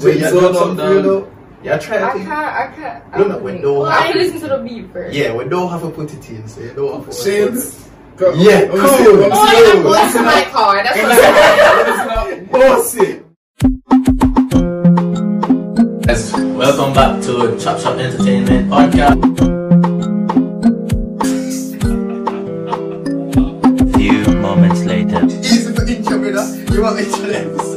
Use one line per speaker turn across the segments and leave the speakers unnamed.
When
it's
y'all
so
drop
long
something, you
done.
know, y'all try
I
to
can't.
think.
I can't. I
No, no,
can't
we
think.
don't
Well,
have
I
to-
listen to the beat first.
Yeah, we don't have to put it in, so
eh?
you don't have to.
Shades.
Yeah, cool.
Oh, and I'm going to my car. That's what I'm saying.
Boss it.
Guys, welcome back to Chop Shop Entertainment Podcast.
few moments later.
Easy to intro, brother. You want intro the episode?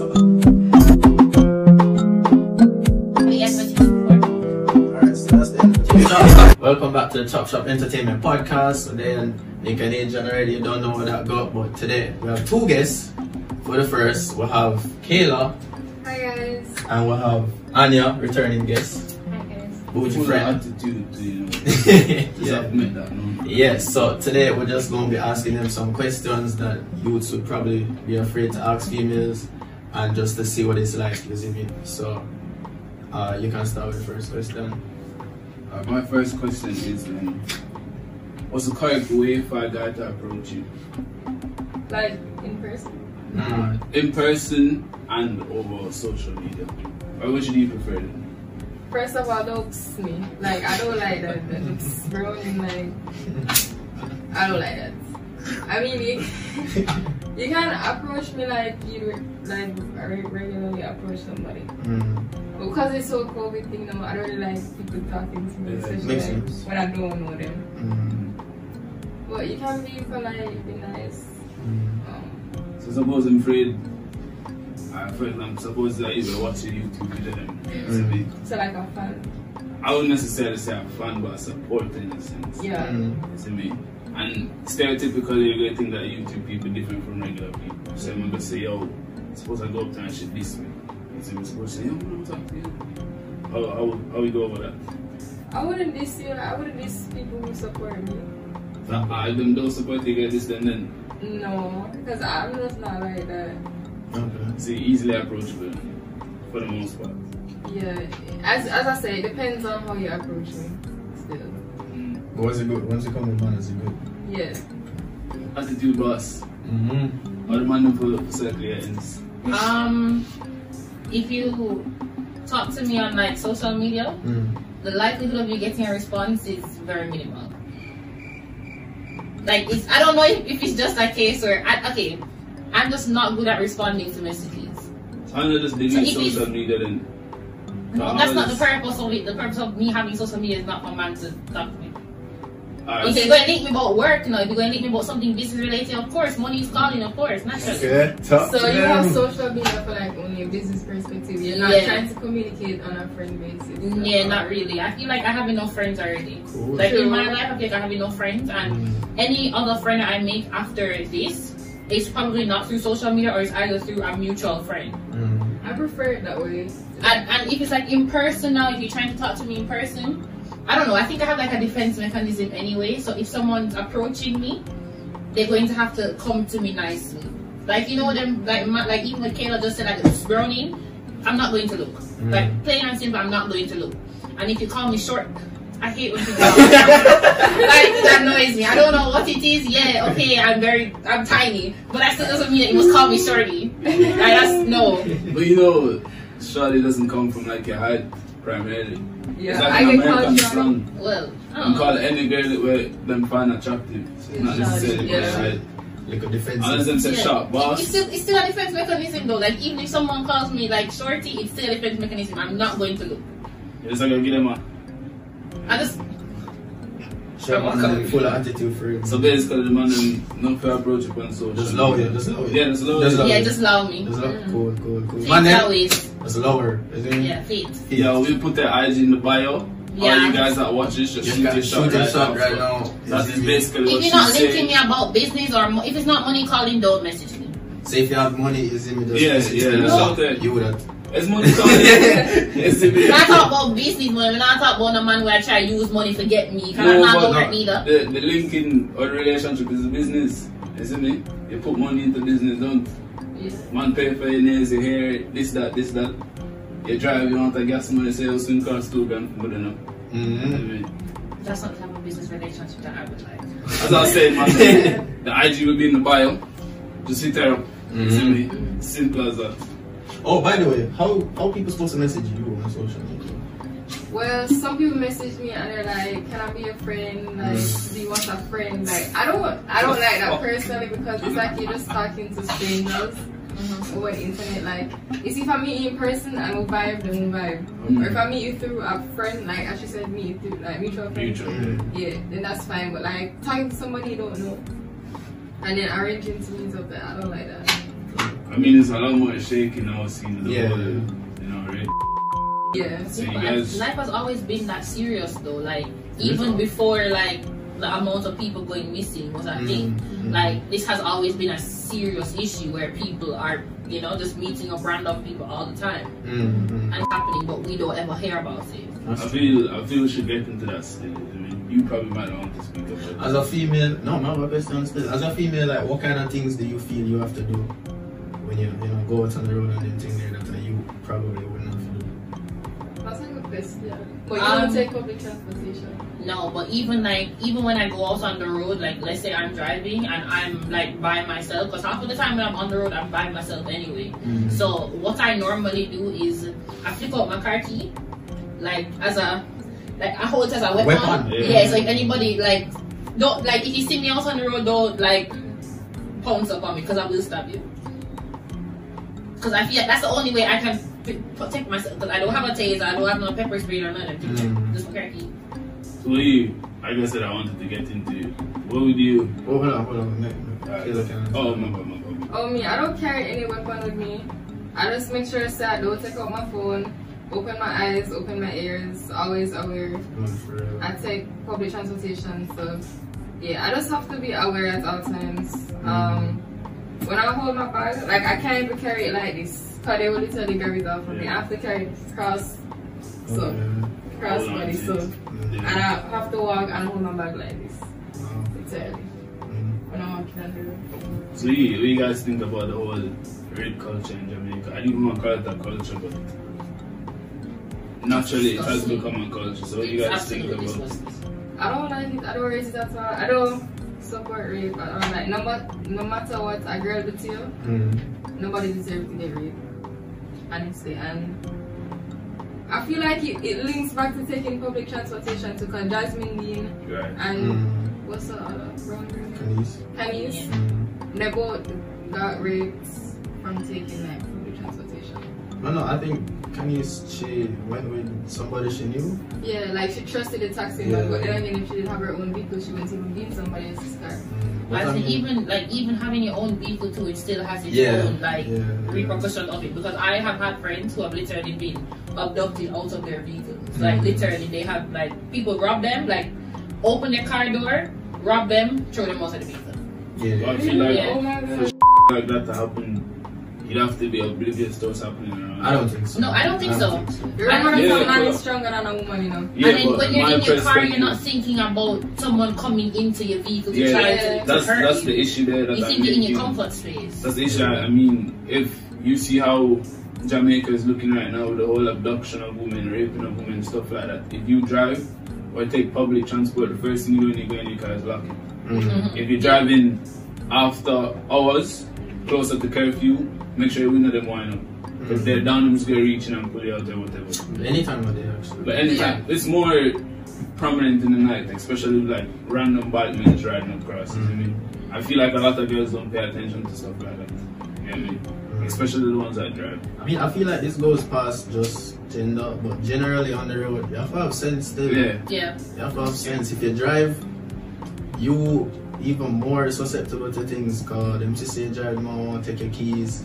Alright, so that's the end.
welcome back to the Chop Shop Entertainment Podcast. And then Nick and Angel already you don't know where that got, but today we have two guests. For the first, we have Kayla
Hi guys.
and we have Anya, returning guest.
Hi guys.
Who's your
Full
friend?
attitude, you know.
yeah.
I've met that, no?
Yes, so today we're just going to be asking them some questions that youths would probably be afraid to ask females and just to see what it's like, you see me? So uh, you can start with the first question.
Uh, my first question is, um, what's the correct way for a guy to approach you?
Like in person.
Mm.
In person and over social media. Or which do you prefer? then?
First of all, don't kiss me. Like I don't like that. That looks grown and like I don't like that. I mean, you, you can approach me like you like re- regularly approach somebody.
Mm.
Because it's so COVID thing, now, I don't really like people talking to me,
Yeah, it
especially
makes
like,
sense.
when I don't know them.
Mm.
But you can be polite, be nice.
Mm.
Um,
So suppose I'm afraid, uh, for example, suppose that you were watching YouTube video then. so
Mm.
they-
so like a fan.
I wouldn't necessarily say I'm fan, but I support in a sense.
Yeah.
Mm.
You see me? And stereotypically, you're going to think that YouTube people different from regular people. So I'm going to say, yo, suppose I go up to her and she diss me. You see me? Suppose say, yo, I'm going to talk to you. How, how, how we go over that?
I wouldn't diss you. I wouldn't diss people who support me.
That I them don't support you get this then then.
No, because I'm just not like that.
Okay.
See, easily approachable for the most part.
Yeah. As as I say, it depends on how you approach me. Still.
Hmm.
But once you go, once you come with man, it's good.
Yeah.
Attitude boss.
Mm-hmm.
Or the man for for circle yeah, ends.
Um, if you talk to me on like social media,
Mm.
the likelihood of you getting a response is very minimal. Like, it's, I don't know if, if it's just a case where, I, okay, I'm just not good at responding to messages.
I'm not just delete
So if
social media then.
No, that's not the purpose of it. The purpose of me having social media is not for man to talk to me.
Alright,
If they're going to link me about work, you know, if they're going to link me about something business related, of course, money is calling, of course, naturally.
Okay,
Mm-hmm.
talk
So
to
you
them.
have social media for like only a business perspective. You're not
Yeah.
trying to communicate on a friend basis. so-
Yeah, not really. I feel like I have enough friends already.
Cool.
Like in
True.
my life, I feel like I have enough friends,
Mm.
Mm-hmm.
and any other friend I make after this, it's probably not through social media or it's either through a mutual friend.
Mm.
I prefer it that way.
And, and if it's like in person now, if you're trying to talk to me in person, I don't know. I think I have like a defense mechanism anyway. So if someone's approaching me, they're going to have to come to me nicely. Like you know them, like ma- like even what Kayla just said, like it's brownie. I'm not going to look.
Mm.
Like plain and simple, I'm not going to look. And if you call me short, I hate when people. like that annoys me. I don't know what it is. Yeah, okay, I'm very, I'm tiny, but that still doesn't mean that you must call me shorty. Like that's no.
But you know, surely doesn't come from like your height primarily.
Yeah,
it's like
I
an
get
American
called
slang.
Well, I don't
You
know.
call any girl where them find attractive. So it's not
Yeah.
necessarily
Yeah.
Mm-hmm. yeah. height.
Like a
Unless
defensive.
them say
Yeah.
sharp
It's
boss.
still, it's still a defense mechanism though. Like even if someone calls me like shorty, it's still a defense mechanism. I'm not going to look.
You're just like gonna give them a
I just
Sure, man, like, full of attitude for it.
so basically the man them not fair approach upon social.
Just lower, just lower.
Yeah, just lower.
Just lower.
yeah, just allow me.
Just lower. Cool, cool, cool.
Feet
Man, then,
always.
just lower. you see me?
Yeah, feet.
Yeah, we put their IG in the bio. All
Yeah.
you guys that watch this, just
Just
shoot
got-
your shot
shoot your
right,
shot
now.
right now.
That
You
is
see me?
basically what
If
she's
you're not
saying.
linking me about business or mo- if it's not money calling, don't message me.
So if you have money, you see me just
Yeah,
just-
yeah,
you
that's what I'm
You would have.
It's money calling. It's the
When I
bit.
talk about business money, when I talk about the man where I try to use money to get me, can I not
but
go work either?
The, the link in a relationship is a business, isn't it? You put money into business, don't
Yeah.
man pay for your nails, your hair, this, that, this, that. You drive, you want a gas money, say it'll soon cost two grand, but enough.
Mm-hmm.
That's not the type of business relationship that I would like.
As I was saying,
Mm-hmm.
man, the IG will be in the bio. Just hit her up. You see me? Simple as that.
Oh, by the way, how how people supposed to message you on social media?
Well, some people message me and they're like, "Can I be a friend? Like, do you want a friend?" Like, I don't, I don't like that personally because it's like you're just talking to strangers over the internet. Like, it's if I meet you in person and we vibe, then we vibe. Or if I meet you through a friend, like as she said, meet you through like mutual friend.
Mutual, yeah.
Yeah, then that's fine. But like talking to somebody you don't know and then arranging to meet up, I don't like that.
I mean, it's a lot more shaking now since the
Yeah.
whole, you know, right?
Yeah.
So you
But
guys-
life has always been that serious though. Like even before like the amount of people going missing was a thing.
Mm, mm.
Like this has always been a serious issue where people are, you know, just meeting up random people all the time
Mm, mm.
and it's happening, but we don't ever hear about it.
I feel, I feel we should get into that still. I mean, you probably might not want to speak about
As a female, no, my my question is this. As a female, like, what kind of things do you feel you have to do when you, you know, go out on the road and then things there that you probably wouldn't have to do?
That's like a question. But you
Um,
don't take public transportation.
No, but even like even when I go out on the road, like let's say I'm driving and I'm like by myself, because half of the time when I'm on the road I'm by myself anyway.
Mm.
Mm-hmm.
So what I normally do is I flip out my car key, like as a like I hold it as a weapon.
Weapon,
yeah.
Yeah. so if anybody like don't like if you see me out on the road, don't like pounce upon me because I will stab you. Because I feel like that's the only way I can p- protect myself. Because I don't have a taser, I don't have no pepper spray or nothing.
Mm.
Just my car key.
it. So, you, like I said, I wanted to get into what would you?
Oh, hold on, hold on. Let, let, feel like I'm-
Oh, my bad, my bad.
Oh me, I don't carry any weapon with me. I just make sure say I don't take out my phone, open my eyes, open my ears, always aware.
Mm, for real.
I take public transportation, so yeah, I just have to be aware at all times.
Mm-hmm.
Um, when I hold my bag, like I can't even carry it like this, cause they will literally grab it off of me. I have to carry it cross,
Oh,
so
yeah.
cross
Hold on,
body, so
Mm,
and I have to walk and hold my bag like this,
wow.
literally.
Mm.
When I'm walking on the road.
So, you, what you guys think about the whole rape culture in Jamaica? I didn't even want to call it a culture, but naturally it has
Disgusting.
become a culture. So, what you
It's
guys think
absolutely
about
disgusting.
I don't like it. I don't raise it at all. I don't support rape. I don't like no, ma- no matter what a girl do to you,
Mm.
nobody deserves to get raped. Honestly, and I feel like it, it links back to taking public transportation to cause Jasmine Dean
right?
and
Mm.
what's the other brown girl?
Can you s-
Canis.
Mm.
They both got raped from taking like public transportation.
No, no, I think Kanye's she went with somebody she knew.
Yeah, like she trusted the taxi
Yeah.
man, but then again, if she didn't have her own vehicle, she wouldn't even be in somebody else's car.
Mm.
But I
But
think
mean-
even like even having your own vehicle too, it still has its
Yeah,
own like
yeah, yeah.
repercussion of it. Because I have had friends who have literally been abducted out of their vehicles.
Mm.
Like
Mhm.
literally, they have like people rob them, like open their car door, rob them, throw them out of the vehicle.
Yeah.
I feel like
Yeah.
Oh my god.
for like that to happen, you'd have to be oblivious to what's happening around.
I don't think so.
No, I don't think so.
Remember,
Yeah,
a man
but-
is stronger than a woman, you know.
Yeah,
and then
but
when you're
my
in your car,
perspective-
you're not thinking about someone coming into your vehicle to
Yeah,
try
yeah.
to,
That's
to hurt
that's
you.
the issue there. That
you
I
think you're in
mean,
your comfort space.
That's the issue. I I mean, if you see how Jamaica is looking right now with the whole abduction of women, raping of women, stuff like that. If you drive or take public transport, the first thing you do when you go in your car is lock it.
Mm-hmm.
Mm.
If you're driving after hours, closer to curfew, make sure you window them wine up.
Mm-hmm.
Because they're down, I'm just gonna reach in and pull you out there, whatever.
Any time of day, actually.
But anytime, it's more prominent in the night, especially with, like random bike men riding across.
Mm.
You know what I mean,
Mm-hmm.
I feel like a lot of girls don't pay attention to stuff like that. You know what I mean?
Mm-hmm.
Especially the ones that drive.
Mm. I mean, I feel like this goes past just Tinder, but generally on the road, you have to have sense still.
Yeah.
yeah.
You have to have sense. If you drive, you even more susceptible to things called them to say drive more, take your keys,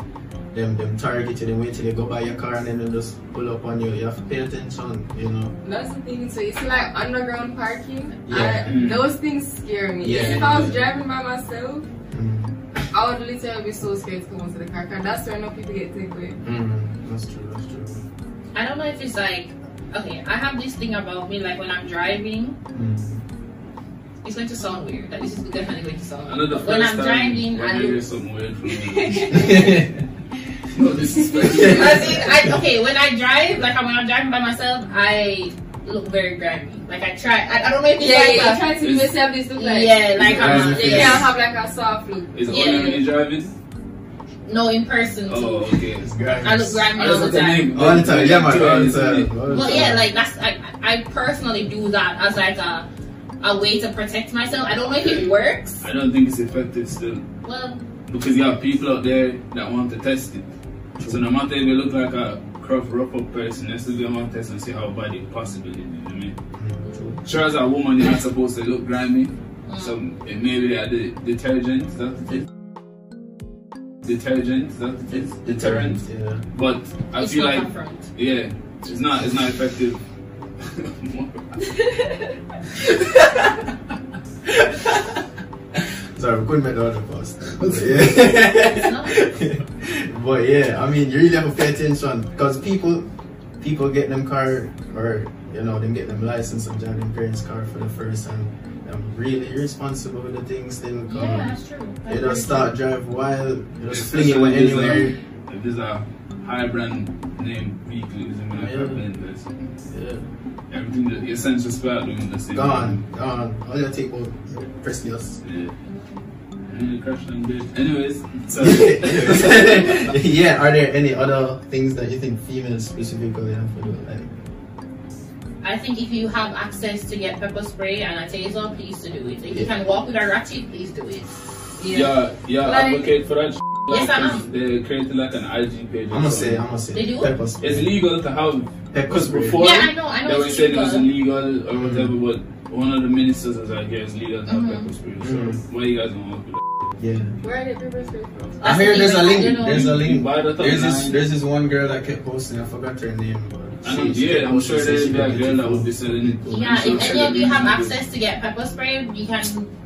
them them target you, them wait till they go by your car and then they just pull up on you. You have to pay attention, you know.
That's the thing. So it's like underground parking.
Yeah.
I, those things scare me.
Yeah.
If I was driving by myself,
Mm.
I would literally be so scared to come onto the car. Cause that's where no people get taken away.
Mm. That's true, that's true.
I don't know if it's like okay, I have this thing about me like when I'm driving, Mm-hmm.
Mm.
it's going to sound weird. Like this is definitely going to sound weird.
Another
But when I'm driving
when
I
you hear something weird from me.
no disrespect.
As in, I, okay, when I drive, like when I'm driving by myself, I look very grimy. Like I try, I, I don't know if it's
Yeah,
like
yeah. You
a-
try to give yourself this look like
yeah, like I'm
Grimy
You
Yeah.
can't have like a soft look.
Is it
Yeah.
only when you're driving?
No, in person too.
Oh, okay.
I look grimy all the time.
All the time, yeah, man, all the time. all the
But
time.
yeah, like that's I, I personally do that as like a a way to protect myself. I don't know if it works.
I don't think it's effective still
Well,
because you have people out there that want to test it. So no matter if you look like a rough, rough up person, they still gonna want to test and see how bad it possibly is. You know what I mean?
Mm-hmm.
Sure as a woman, you're not supposed to look grimy.
Mm.
So it maybe they are the detergent, is that the detergent, is that the deterrent.
Yeah.
But I
it's
feel
not
like
confront.
yeah, it's not it's not effective.
Sorry, we couldn't make the other post. But yeah. but yeah, I mean, you really have to pay attention because people, people get them car or you know them get them license and drive them parents' car for the first time. I'm really irresponsible with the things they will come.
Yeah, that's true.
You just start drive wild, you just fling it
Especially if it's
anywhere.
like- If there's a high brand name vehicle, it's gonna have
Yeah.
a blend or something.
Yeah.
Everything that your sense of smell doing the same.
Gone, gone. All you take was precious.
Yeah. Really crashed and dead. Anyways, so
yeah, are there any other things that you think females specifically have to do? Like,
I think if you have access to get pepper spray and a taser, please to do it. If you can walk with a ratchet, please do it.
yeah, yeah,
Like-
advocate for that. sh-
Yes, I
like,
am.
They created like an IG page. or
I'm gonna
something.
say, I'm gonna say.
They do?
Pepper spray.
It's legal to have
Pepper
because
spray.
before
Yeah, I know, I know
they were
it's
saying it was
illegal.
illegal or
Mm.
whatever, but one of the ministers was like, yeah, it's legal to have
Mhm.
pepper spray. So
Mm.
why you guys don't want to?
Yeah.
Where did papers go from?
I
That's
hear
the
there's
thing,
a
like,
link.
you know-
There's a
You
link.
buy that
There's this,
online.
there's this one girl that kept posting. I forgot her name, but
I
she-
mean,
she
yeah,
kept
I'm sure
posting,
there's
she
that
kept
girl that
posting.
would be selling it.
Yeah,
I'm
if
sure
any of you have
that-
access to get pepper spray, you can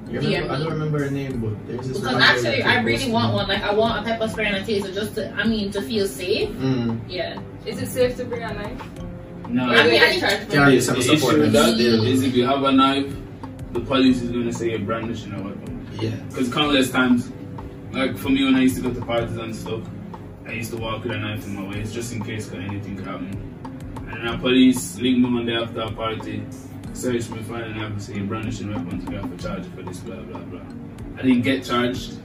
You
DM
remember- I don't
me.
remember her name, but there's this.
E. Because
one girl that
actually,
kept
I really
posting.
want one. Like, I want a pepper spray and a taser just to, I mean, to feel safe.
Mm.
Yeah.
Is it safe to bring a knife?
No,
Or do
mean,
you
I
get charged for
Yeah,
it?
you
the
some
issue
support.
with
that's
that
Yeah.
there.
is if you have a knife, the police is gonna say you're brandishing a weapon.
Yeah.
Because countless times, like for me when I used to go to parties and stuff, I used to walk with a knife in my waist just in case 'cause anything could happen. And then the police link me one day after a party, search me, find a knife and say you're brandishing a weapon, you have to charge you for this, blah blah blah. I didn't get charged,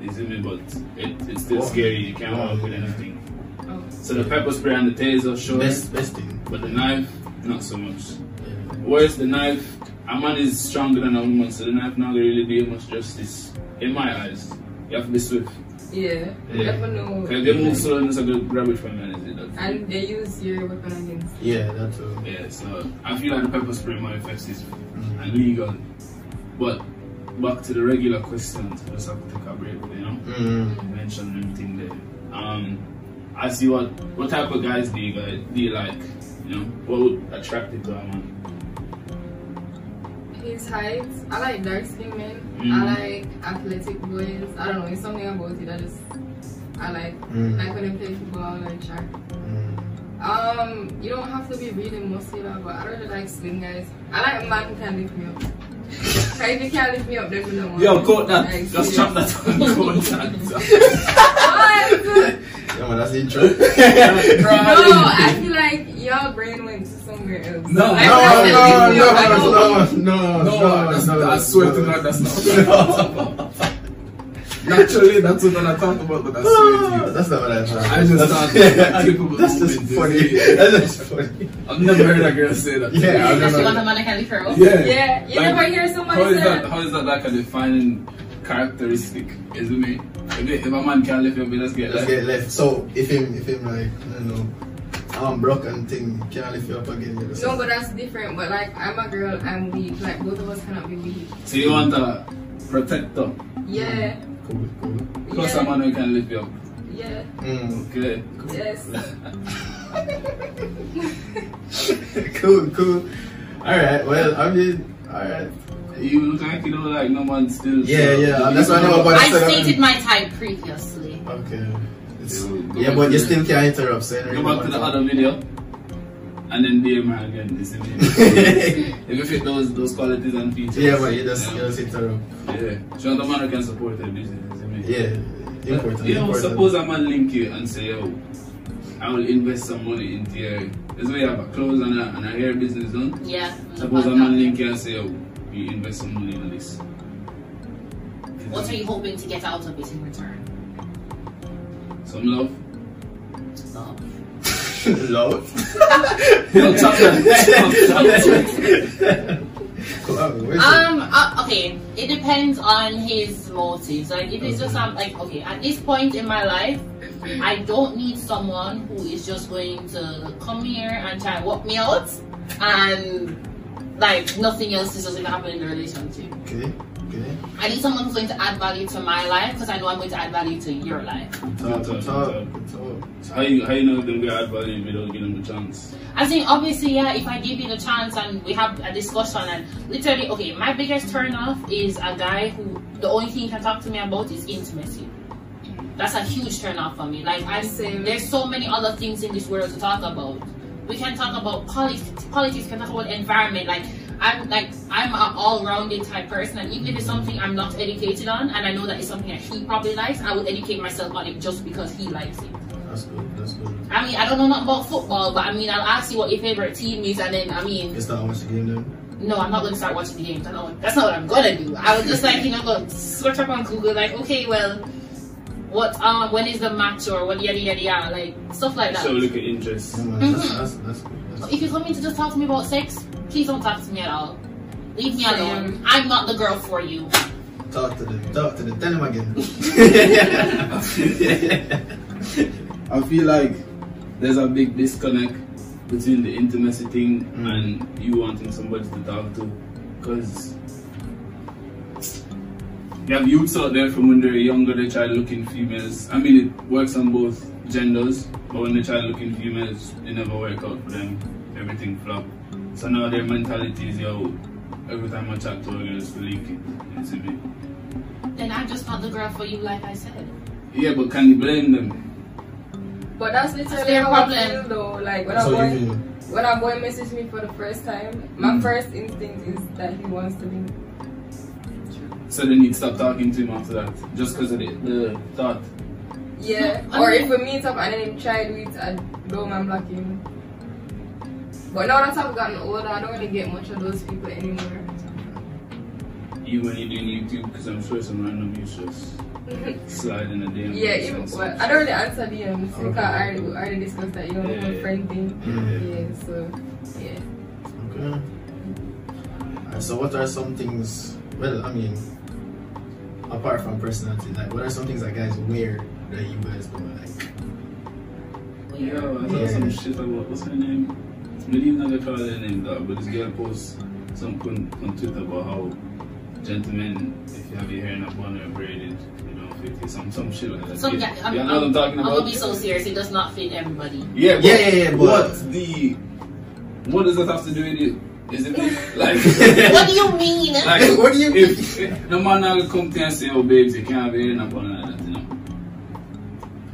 you see me, but it, it's still
Wow.
scary. You can't
Wow.
walk with anything.
Oh.
So the pepper spray and the taser, sure,
Best, best thing.
but the knife, not so much.
Yeah.
Whereas the knife, a man is stronger than a woman, so the knife not gonna really do much justice. In my eyes, you have to be swift.
Yeah. You
Yeah.
never know.
Okay, they move slow and it's a good grab it from you and it's it.
And they use your weapon against
Yeah, that too.
Yeah, so I feel like the pepper spray more effective
Mhm.
and legal. But back to the regular questions, I just have to take a break, you know?
Mm.
Mention everything there. Um, I see what what type of guys do you guys do you like? You know, what would attract you to a man?
his height. I like dark skinned men.
Mm.
I like athletic boys. I don't know, it's something about it. I just I like
Mm.
like when they play football or track.
Mm.
Um, you don't have to be really muscular, but I really like slim guys. I like a man who can lift me up. Like, if you can't lift me up, then you don't want me. Like,
Just
serious.
chop that one. Quote that.
What?
Yeah, man, that's the intro.
No, I feel like your brain went to somewhere else.
No,
Like,
no,
I feel
no,
like I
no,
don't-
no, no,
No, that's,
no,
I swear to
no.
God, that's not. Naturally, that's what I talk about, but I swear to you.
That's not what I thought.
I just
That's-
thought that people
That's just
would do
funny.
this.
That's just funny.
I've never heard a girl say that.
Yeah, I
Unless you want a
remember.
man that can lift her up.
Yeah.
Yeah, you
Like,
never hear somebody
How is
say
that? How is that like a defining characteristic? Is it me? If, it- if a man can't lift up, he just get
Let's
left.
get left. So if him, if him like, I don't know, I'm broke and thing, can I lift you up again? You
No,
know,
but that's different. But like, I'm a girl. I'm weak. Like both of us cannot be weak.
So you want a protector?
Yeah.
cool, cool.
Because
yeah.
a man who can lift you up.
Yeah.
Mm.
Okay.
Yes.
cool, cool. All right. Well, I mean, all right.
You look like you know, like no man still.
Yeah, yeah. That's why I know about
I
the
stated my type previously.
Okay. It's,
Go back
yeah,
to
but you
the-
still can't interrupt. So
Go back to the other video. And then DM her again, is it me? if you fit those those qualities and features.
yeah, but you just you
Yeah.
just interrupt.
Yeah. She want a man who can support her business, is it me?
Yeah. Important.
You know,
important.
suppose a man link you and say, yo, I will invest some money into your, that's why you have a clothes and a, and a hair business done.
Yeah.
Suppose a man link you and say, yo, you invest some money in this.
What are you hoping to get out of it in return?
Some love.
Love.
Yo, chop
that.
Um. Uh, okay. It depends on his motives. Like, if it's just um, like, okay, at this point in my life, I don't need someone who is just going to come here and try and walk me out, and like nothing else is just gonna happen in the relationship.
Okay. Okay.
I need someone who's going to add value to my life because I know I'm going to add value to your life.
Talk. Talk.
Talk, talk.
Talk.
How you how you know them guy add value if you don't give them a chance?
I think obviously, yeah, if I give you the chance and we have a discussion and literally, okay, my biggest turn off is a guy who the only thing he can talk to me about is intimacy. That's a huge turn off for me. Like I say,
Same.
there's so many other things in this world to talk about. We can talk about politics, politics, can talk about environment. Like I'm like I'm an all-rounded type person, and even if it's something I'm not educated on, and I know that it's something that he probably likes, I would educate myself on it just because he likes it.
That's good. That's good.
I mean, I don't know nothing about football, but I mean, I'll ask you what your favorite team is, and then I mean,
You start watching the game then.
no, I'm not going to start watching the games. I know that's not what I'm gonna do. I was just like, you know, go search up on Google, like, okay, well, what, um, when is the match or what, yada yada yada, like stuff like
So
that.
look at interest.
Yeah, man, that's, that's, that's good. That's
If you come in to just talk to me about sex, please don't talk to me at all. Leave me alone. I'm not the girl for you.
good. Talk to them. Talk to them. Tell them again.
I feel like there's a big disconnect between the intimacy thing
Mm.
and you wanting somebody to talk to. Because you have youths out there from when they're younger, they try looking females. I mean, it works on both genders, but when they try looking females, it never work out for them. Everything flop. So now their mentality is yo, every time I chat to her, girl, it's to leak it. It's a bit.
Then I'm just not the girl for you, like I said.
Yeah, but can you blame them?
But that's literally
their
how I
problem.
feel though. Like when a
so you Mm.
boy
feel.
when a boy messaged me for the first time, my first instinct is that he wants to be
So then you'd stop talking to him after that, just because of the, the thought.
Yeah.
No, I
or
mean-
if we meet up and then him try do it, I don't mind blocking him. But now that I've gotten older, I don't really get much of those people anymore.
You when you're doing YouTube, because I'm sure some random users slide in the DM.
yeah, even well, I don't really answer DMs because
Okay.
I already, we already discussed that you know
Yeah.
my friend thing.
Mm.
Yeah, so yeah.
Okay. Alright, so what are some things? Well, I mean, apart from personality, like what are some things that guys wear that you guys don't like?
Yeah, I saw some shit about what's her name? We didn't know they call her name that, but this girl posts some con- on Twitter about how gentlemen, if you have your hair in a bun or braided, you know, 50, some some shit like that.
Some
yeah,
guy, I'm,
you know what I'm talking
I'm
about?
gonna be so serious. It does not fit everybody.
Yeah, but
Yeah, yeah, yeah, but-
what the? What does that have to do with you? Is it like?
what do you mean?
Like,
What do you
if, if the man now come to you and say, oh, babes, you can't be in a bun like that, you know.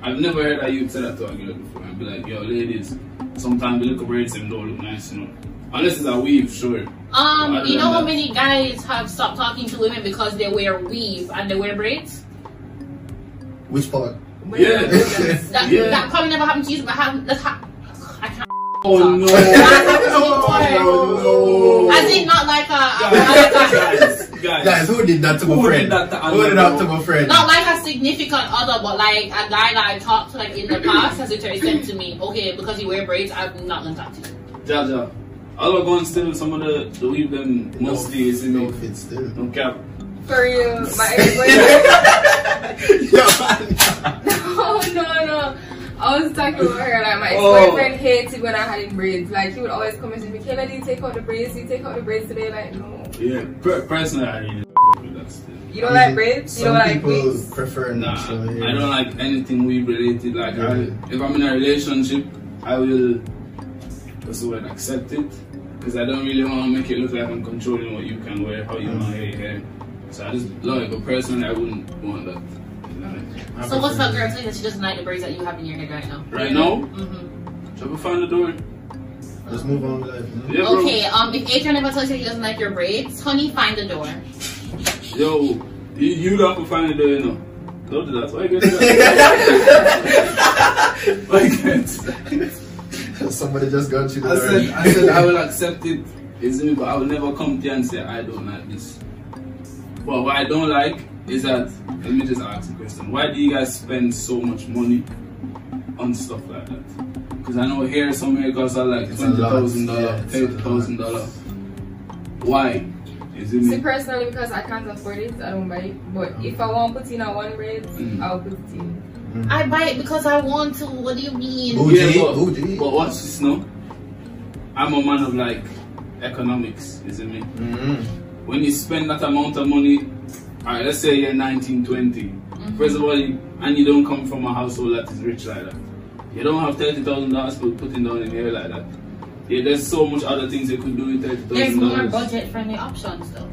I've never heard a youth say that to a girl before. I'd be like, yo, ladies, sometimes the little braids them don't look nice, you know. Unless it's a weave, sure.
Um,
Other
you
than
know how
that-
many guys have stopped talking to women because they wear weave and they wear braids?
Which part?
But
Yeah.
That,
Yeah.
that probably never happened to you, but have, that's ha- I can't.
Oh, no.
That happened to me before.
Oh, no.
I think not like a, a- a-
guys, guys,
Guys, who did that to my
Who did
friend?
that to
who did that to my friend?
not like a significant other, but like a guy that I talked to like in the past has literally said to me, okay, because you wear braids, I'm not gonna talk to you.
Jaja. I'll go and steal some of the, the weave them mostly is in
no
the
fit still.
no cap.
For real, my ex-boyfriend.
Yo, man.
no, no, no. I was talking about her. Like my
Oh.
ex-boyfriend hates it when I had in braids. Like he would always come and say, "Michaela, do you take out the braids? Do you take out the braids today?" Like no.
Yeah, per- personally, I need to that still.
You don't like braids? You
Some
don't like
people
wigs?
prefer
Nah,
natural hair.
I don't like anything weave related. Like, I,
Yeah.
if I'm in a relationship, I will, what's the word, accept it. Because I don't really want to make it look like I'm controlling what you can wear, how you
Mm.
want to wear your hair. So I just love it, but personally, I wouldn't want that. You know, like,
I
So what's that
prefer-
girl saying that she doesn't like the braids that you have in your head right now?
Right now,
hmm
trouble find the door.
Let's move on with life. You know?
Yeah, bro.
Okay, um, if Adrian ever tells you he doesn't like your braids, honey, find the door.
Yo, you, you don't have to find the door, you know. Don't do that. Why you get that? Why you get that?
Somebody just got you the
I
door.
said, I said I will accept it, is me, but I will never come to you and say I don't like this. But what I don't like is that let me just ask a question. Why do you guys spend so much money on stuff like that? Because I know here some haircuts are like
It's a
twenty
lot,
thousand
yeah,
dollar,
it's a
thirty thousand dollar. Why? Is it
See,
me?
personally, because I can't afford it, I don't buy it. But if I want to put in a one braid,
Mm.
I'll put it in.
I buy it because I want to. What do you mean?
Who did?
but,
Who did?
But watch this now. I'm a man of like economics, is it me?
Mm.
when you spend that amount of money, all right, let's say you're 19, 20.
Mm-hmm.
First of all, you, and you don't come from a household that is rich like that. You don't have thirty thousand dollars to put in down in here like that. Yeah, there's so much other things you could do with thirty
There's more
thousand dollars.
budget-friendly options though.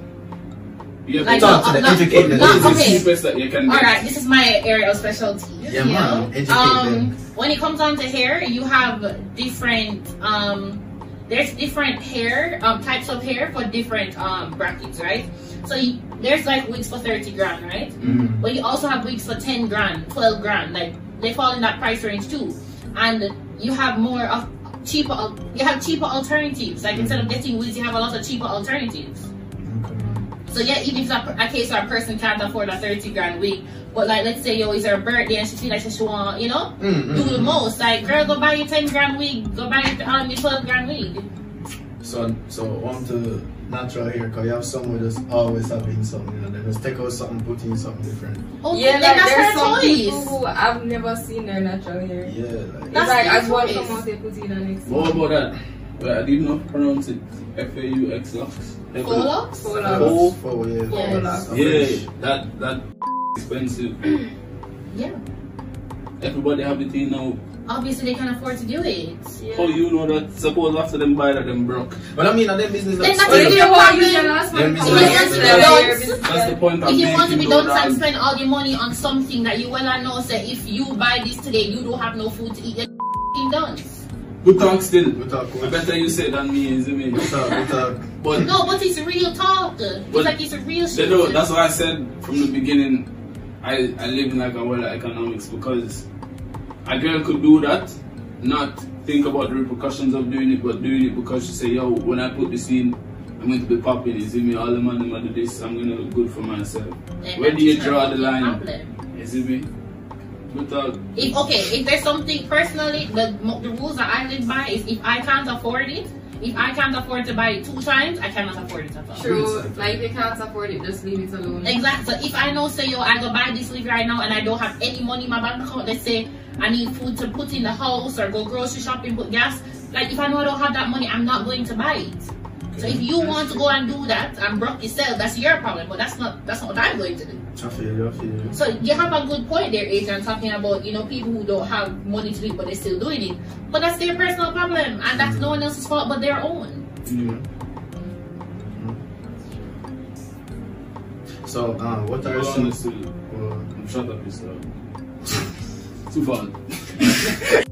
Yeah,
Like,
Talk to
uh,
the
not-
educated
not-
ladies.
okay.
cheapest that you can
All
get.
right, this is my area of specialty.
Yeah,
you
ma'am,
know?
educate
Um,
them.
when it comes down to hair, you have different. Um, there's different hair um, types of hair for different um, brackets, right? So you, there's like wigs for thirty grand, right?
Mm.
But you also have wigs for ten grand, twelve grand. Like they fall in that price range too, and you have more of cheaper. al- You have cheaper alternatives. Like instead of getting wigs, you have a lot of cheaper alternatives. So yeah, even if that, a case where a person can't afford a thirty grand wig, but like let's say yo, it's her birthday and she feel like she want, you know,
Mm,
do
mm,
Mm-hmm.
the
mm.
most. Like girl, go buy your ten grand wig, go buy your um your twelve grand wig.
So, so on to natural hair, cause you have some who just always having something, you know, they just take out something, put in something different.
Oh
yeah,
then
like there's
that's
some
her
people
choice.
who I've never seen their natural hair.
Yeah, like.
That's
it's like
their
as one
choice.
come out, they put in an next
What about that? Well, I did not pronounce it F A U X Lux.
Follow?
Follow.
Oh.
Oh, oh, yeah.
Yes.
Yeah, that that expensive.
Yeah,
Everybody have the thing now.
obviously they can afford to do it.
Yeah.
Oh, you know that. Suppose after them buy that, them broke.
But I mean, are them business
Then that's
But if
really
like,
you want, you can ask
Let
one
me
come
see.
out,
That's
they're
the
like,
point.
That's the
"You're business."
point. I'm
If you want to be
making,
done
though, that-
and spend all your money on something that you well I know, say if you buy this today, you don't have no food to eat. You're done.
Good talk still.
we talk, we
I better you say it than me, is it me?
talk, we talk.
But
No, but it's real talk. It's
But-
like it's a
you
real shit.
know, that's why I said from the beginning I, I live in like a world of economics because a girl could do that, not think about the repercussions of doing it, but doing it because she say, yo, when I put this in, I'm going to be popping, is it me? All the money, I'm going to do this, I'm going to look good for myself.
And
Where do you
that's
draw
not
the
a
line?
problem.
Is it me? Good talk.
If okay, if there's something personally, the mo- the rules that I live by is if I can't afford it, if I can't afford to buy it two times, I cannot afford it at all.
True. Like if you can't afford it, just leave it alone.
Exactly. So if I know, say yo, I go buy this wig right now, and I don't have any money in my bank account. Let's say I need food to put in the house or go grocery shopping, put gas. Like if I know I don't have that money, I'm not going to buy it. So if you want to go and do that and broke yourself, that's your problem. But that's not that's not what I'm going to do.
I feel you, I feel you.
So you have a good point there, Adrian, talking about you know people who don't have money to do it but they're still doing it. But that's their personal problem, and that's no one else's fault but their own.
So, uh, what are some?
Honestly,
Uh,
shut up yourself. Too fun.